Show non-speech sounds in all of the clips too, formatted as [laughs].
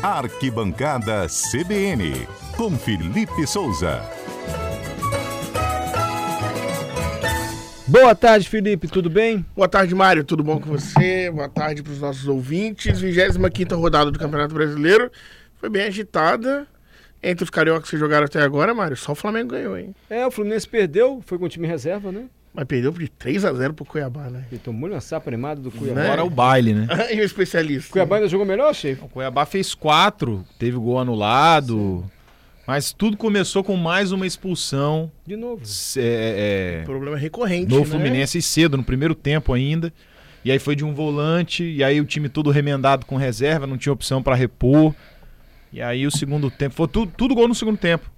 Arquibancada CBN, com Felipe Souza. Boa tarde, Felipe, tudo bem? Boa tarde, Mário. Tudo bom com você? Boa tarde para os nossos ouvintes. 25 rodada do Campeonato Brasileiro. Foi bem agitada. Entre os cariocas que jogaram até agora, Mário, só o Flamengo ganhou, hein? É, o Fluminense perdeu, foi com o time reserva, né? Mas perdeu de 3 a 0 pro Cuiabá, né? [laughs] E tomou uma sapa animada do Cuiabá. Né? Agora é o baile, né? e o especialista. O Cuiabá ainda jogou melhor, chefe? O Cuiabá fez quatro, teve o gol anulado, mas tudo começou com mais uma expulsão De novo. s- é, é, O problema é recorrente. no né? Fluminense e cedo, no primeiro tempo ainda. E aí foi de um volante, e aí o time todo remendado com reserva, não tinha opção pra repor. E aí o segundo tempo, foi tudo, tudo gol no segundo tempo.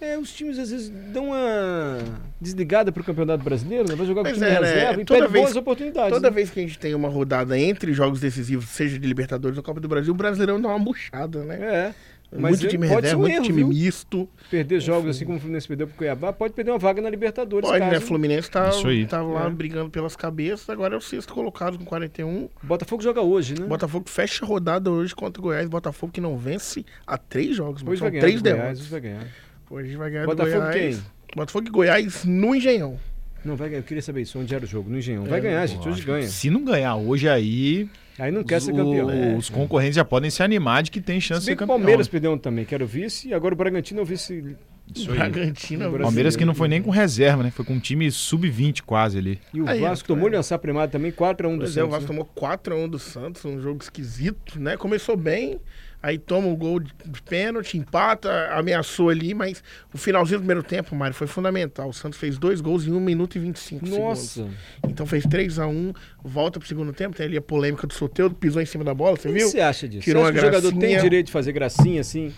É, os times às vezes dão uma desligada pro Campeonato Brasileiro, né? Vai jogar com o Pois time é, né? reserva e Toda perde vez- boas oportunidades. Toda né? vez que a gente tem uma rodada entre jogos decisivos, seja de Libertadores ou Copa do Brasil, o Brasileirão dá uma murchada, né? É. Mas muito time pode reserva, ser um muito erro, time viu? misto. Perder jogos assim como o Fluminense perdeu pro Cuiabá, pode perder uma vaga na Libertadores, Pode, né? caso. Fluminense tá, Isso aí. tá lá É. brigando pelas cabeças, agora é o sexto colocado com 41. Botafogo joga hoje, né? Botafogo fecha a rodada hoje contra o Goiás. Botafogo que não vence há três jogos, mas Hoje são vai ganhar. três do Goiás, derrotas. hoje vai ganhar. Hoje a gente vai ganhar Botafogo do Goiás. quem? Botafogo e Goiás no Engenhão. Não, vai ganhar. Eu queria saber isso, onde era o jogo, no Engenhão. Vai É, ganhar, gente, hoje ganha. Se não ganhar hoje aí, Aí não quer os, ser campeão. É. os concorrentes já podem se animar de que tem chance de Se bem ser que o campeão. né? Palmeiras perdeu um também, que era o vice, e agora o Bragantino é o vice. Isso aí. Bragantino. é Brasil. Palmeiras que não foi nem com reserva, né? Foi com um time sub-20 quase ali. E o Aí, Vasco é, tomou é. lhe lançar primado também, 4x1 do Pois é, o Vasco Santos. né? tomou 4x1 do Santos, um jogo esquisito, né? Começou bem, aí toma o gol de de pênalti, empata, ameaçou ali, mas o finalzinho do primeiro tempo, Mário, foi fundamental. O Santos fez dois gols em 1 minuto e 25 segundos. né? Nossa, Então fez 3x1, volta pro segundo tempo, tem ali a polêmica do Soteldo, pisou em cima da bola, você o que viu? você acha disso? Tirou você acha uma que o jogador tem gracinha. direito de fazer gracinha assim?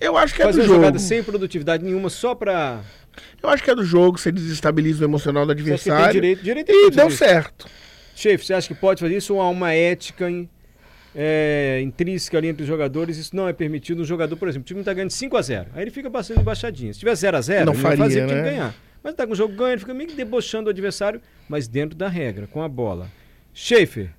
Eu acho que é fazer do uma jogo. jogada sem produtividade nenhuma só pra. Eu acho que é do jogo, você desestabiliza o emocional do Você acha que tem adversário. direito? Direito tem E tudo deu isso. certo. Chefe, você acha que pode fazer isso ou há uma ética em- é, intrínseca ali entre os jogadores? Isso não é permitido. Um jogador, por exemplo, o time tá ganhando 5x0. Aí ele fica passando embaixadinha. Se tiver 0x0, Não ele faria, vai fazer o time né? ganhar. Mas tá com o jogo ganho, ele fica meio que debochando o adversário, mas dentro da regra, com a bola. Schaefer,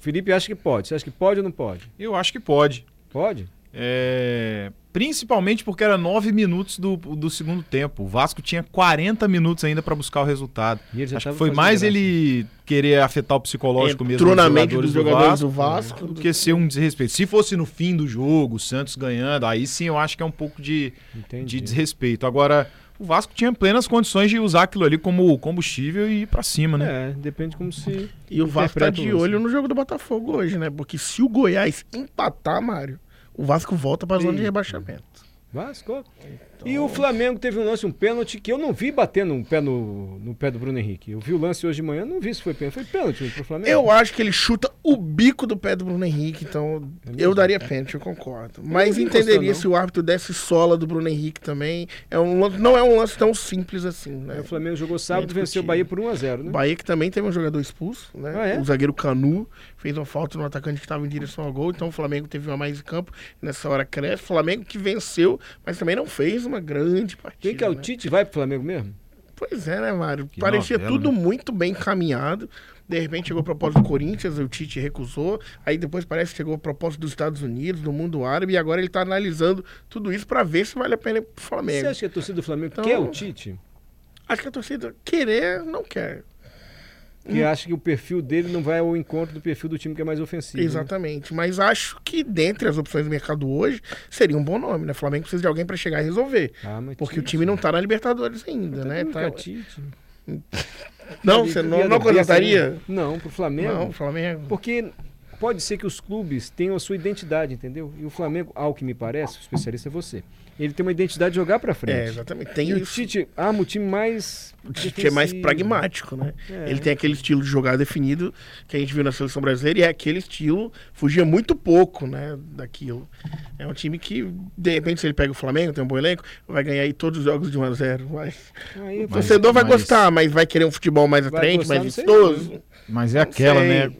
Felipe acha que pode. Você acha que pode ou não pode? Eu acho que pode. Pode? É, Principalmente porque era nove minutos do, do segundo tempo. O Vasco tinha 40 minutos ainda pra buscar o resultado. E ele já Acho que tava foi fazendo mais graça. ele querer afetar o psicológico mesmo Entrou na mente dos jogadores do Vasco. do que ser um desrespeito. Se fosse no fim do jogo, o Santos ganhando, aí sim eu acho que é um pouco de, Entendi. de desrespeito. Agora, o Vasco tinha plenas condições de usar aquilo ali como combustível e ir pra cima, né? É, depende como se. E o Vasco tá Interpreta de o lance. olho no jogo do Botafogo hoje, né? Porque se o Goiás empatar, Mário, o Vasco volta pra zona de Eita. rebaixamento. Vasco. E o Flamengo teve um lance, um pênalti que eu não vi batendo um pé no, no pé do Bruno Henrique. Eu vi o lance hoje de manhã, não vi se foi pênalti. Foi pênalti pro Flamengo? Eu acho que ele chuta o bico do pé do Bruno Henrique, então eu daria pênalti, eu concordo. Mas vi entenderia encostar, se o árbitro desse sola do Bruno Henrique também. É um, lan- não é um lance tão simples assim, né? É, O Flamengo jogou sábado e Bem venceu o discutido. Bahia por 1x0, O né? Bahia que também teve um jogador expulso, né? Ah, é? O zagueiro Canu fez uma falta no atacante que estava em direção ao gol, então o Flamengo teve uma mais em campo, nessa hora cresce. O Flamengo que venceu, mas também não fez uma grande partida. Quem que é o né? Tite? Vai pro Flamengo mesmo? Pois é, né, Mário? Que Parecia novela, tudo muito bem encaminhado. De repente chegou a proposta do Corinthians, o Tite recusou. Aí depois parece que chegou a proposta dos Estados Unidos, do mundo árabe, e agora ele tá analisando tudo isso para ver se vale a pena ir pro Você Flamengo. acha que a torcida do Flamengo Então- quer o Tite? Acho que a torcida querer não quer. Que acha que o perfil dele não vai ao encontro do perfil do time que é mais ofensivo. né? Exatamente. Mas acho que dentre as opções do mercado hoje, seria um bom nome, né? O Flamengo precisa de alguém para chegar e resolver. Ah, mas Porque o Tite- time não tá na Libertadores ainda, né? Nunca Tá- Tite. Não, Ali, você tu não, ia da não besta, contrataria? né? Não, pro Flamengo. Não, Flamengo. Porque pode ser que os clubes tenham a sua identidade, entendeu? E o Flamengo, ao que me parece, o especialista é você. Ele tem uma identidade de jogar pra É, frente. exatamente. Tem e o isso. Tite arma o time mais. O Tite é mais defensivo. pragmático, né? É. Ele tem aquele estilo de jogar definido que a gente viu na seleção brasileira e é aquele estilo fugia muito pouco, né, daquilo. É um time que de repente se ele pega o Flamengo, tem um bom elenco, vai ganhar aí todos os jogos de 1 a 0, vai. Aí, O Mas- torcedor vai mas- gostar, mas vai querer um futebol mais Vai atraente, gostar, mais não sei não, vistoso. Mas é aquela, sei. né?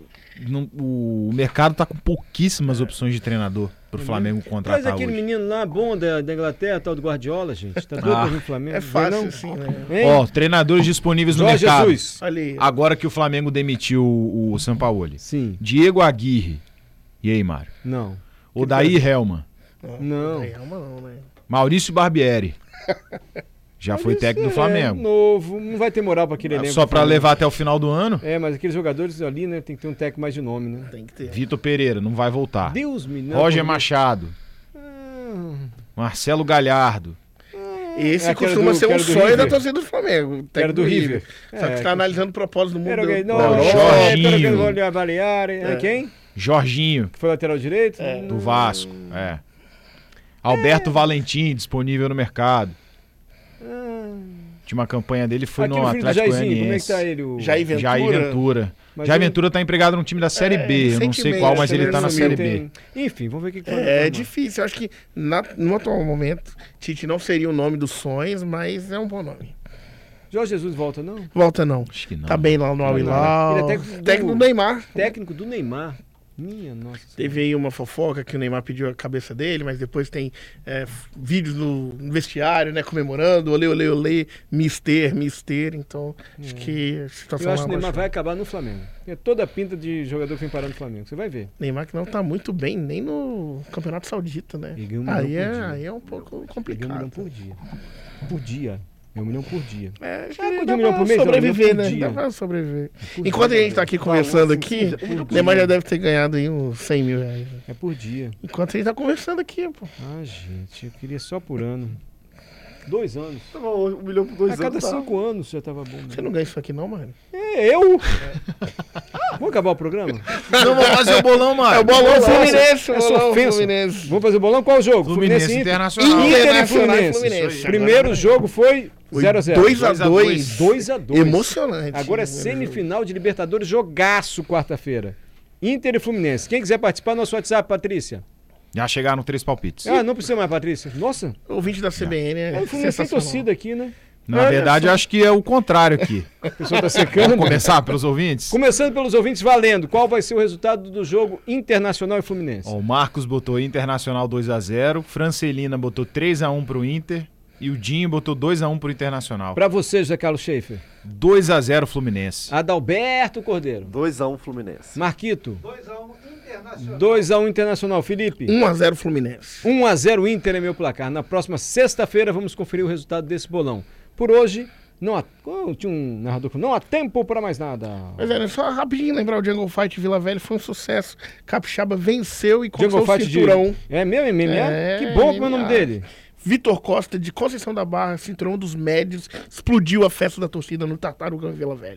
Não- o mercado tá com pouquíssimas opções de treinador pro Uhum. Flamengo contratar Traz aquele hoje. menino lá bom da, da Inglaterra, tal do Guardiola, gente. Tá doido Ah. pra vir pro Flamengo. É Vem fácil não? [laughs] assim, né? Ah, Hein? Ó, treinadores disponíveis no Jorge mercado. Jesus. Olha aí. Agora que o Flamengo demitiu o Sampaoli. Sim. Diego Aguirre. E aí, Mário? Não. Odair Helman. É, Não. Tem alma não, né? Maurício [laughs] Barbieri. Já foi Mas técnico do é Flamengo. Ah, novo, não vai ter moral pra aquele elenco. Só do pra Flamengo. levar até o final do ano, É, mas aqueles jogadores ali, né, tem que ter um técnico mais de nome, né? Tem que ter. Vitor Pereira não vai voltar. Deus me não, Ah. Roger por- Machado. Marcelo Galhardo. Esse É, aquele costuma do- ser um aquele do sonho da River. torcida do Flamengo. Era do River. Só que É, você tá analisando propósito do mundo. Era né? da- alguém. da Não, Europa. é, Jorginho. era aquele Olho Balear, é, É. Quem? Jorginho, Que foi lateral direito? Hum. do Vasco. É. É. Alberto Valentim, disponível no mercado. Tinha uma campanha dele, foi Aquele no Ah. filho do Atlético Jairzinho, como é que Goianiense. tá ele? O... Jair Ventura. Jair Ventura. Mas Jair ele- Ventura tá empregado num time da Série É, B. Eu não sei recentemente, qual, mas ele ele tá na sumiu, Série B. Tem- Enfim, vamos ver o que que vai É dar, difícil. Eu acho que na- no atual momento, Tite não seria o nome dos sonhos, mas é um bom nome. mano. Jorge Jesus volta, não? Volta não. Acho que não. Tá bem lá no Al Não, não. Hilal. Ele é técnico do- Técnico do Neymar. Técnico do Neymar. Minha nossa. Teve aí uma fofoca que o Neymar pediu a cabeça dele, mas depois tem é, f- vídeos no no vestiário, né? Comemorando, olê, olê, olê, mister, mister. Então, acho que a situação Hum. Eu acho que o Neymar lá abaixou. vai acabar no Flamengo. É toda a pinta de jogador que vem parar no Flamengo. Você vai ver. Neymar que não tá muito bem nem no Campeonato Saudita, né? Ele ganhou um Aí milhão por é, dia. aí é um pouco Ele ganha um milhão complicado. por dia. Por dia. Ganha um milhão por dia. É, acho que É, dá de um milhão pra por mês, não, sobreviver, um né? milhão por Dá dia. pra sobreviver. Por Enquanto a dia. é gente tá aqui conversando aqui, o Neymar já deve ter ganhado aí uns 100 mil reais. né? É por dia. Enquanto a gente tá conversando aqui, pô. Ah, gente, eu queria só por ano. Dois anos. Tá bom, um milhão por dois a cada anos. tá. cinco anos já tava bom. né? Você não ganha isso aqui não, mano? É, eu? Ah, Vamos acabar o programa? Não, [laughs] vamos fazer o bolão, mano. É o bolão Bolão, Fluminense, essa- essa bolão ofensa. Fluminense. Vamos fazer o bolão? Qual o jogo? Fluminense Inter- Internacional. Inter e Internacional e Fluminense. Fluminense. Isso aí. Primeiro jogo foi 0x0. 2x2. 2x2. Emocionante. Agora é semifinal de Libertadores, jogaço quarta-feira. Inter e Fluminense. Quem quiser participar, nosso WhatsApp, Patrícia. Já chegaram três palpites. Ah, não precisa mais, Patrícia. Nossa, Ouvinte da CBN, né? é, o Fluminense tem torcida aqui, né? Na verdade, acho que é o [laughs] contrário aqui. O pessoal tá Vamos secando. começar pelos ouvintes? Começando pelos ouvintes, valendo. Qual vai ser o resultado do jogo Internacional e Fluminense? Ó, o Marcos botou Internacional 2x0, Francelina botou 3x1 pro Inter e o Dinho botou 2x1 pro Internacional. Pra você, José Carlos Schaefer. 2x0 Fluminense. Adalberto Cordeiro. 2x1 Fluminense. Marquito. 2x1 Internacional. 2x1 Internacional. Felipe. 1x0 Fluminense. 1 a 0 Inter é meu placar. Na próxima sexta-feira vamos conferir o resultado desse bolão. Por hoje, não há, oh, tinha um narrador que não há tempo para mais nada. Mas é, né, só rapidinho lembrar, o Jungle Fight Vila Velha foi um sucesso. Capixaba venceu e Jungle conquistou o Fight de- cinturão. É meu MMA? É, que bom que é o nome MMA. dele. Vitor Costa, de Conceição da Barra, cinturão dos médios, explodiu a festa da torcida no Tartaruga em Vila Velha.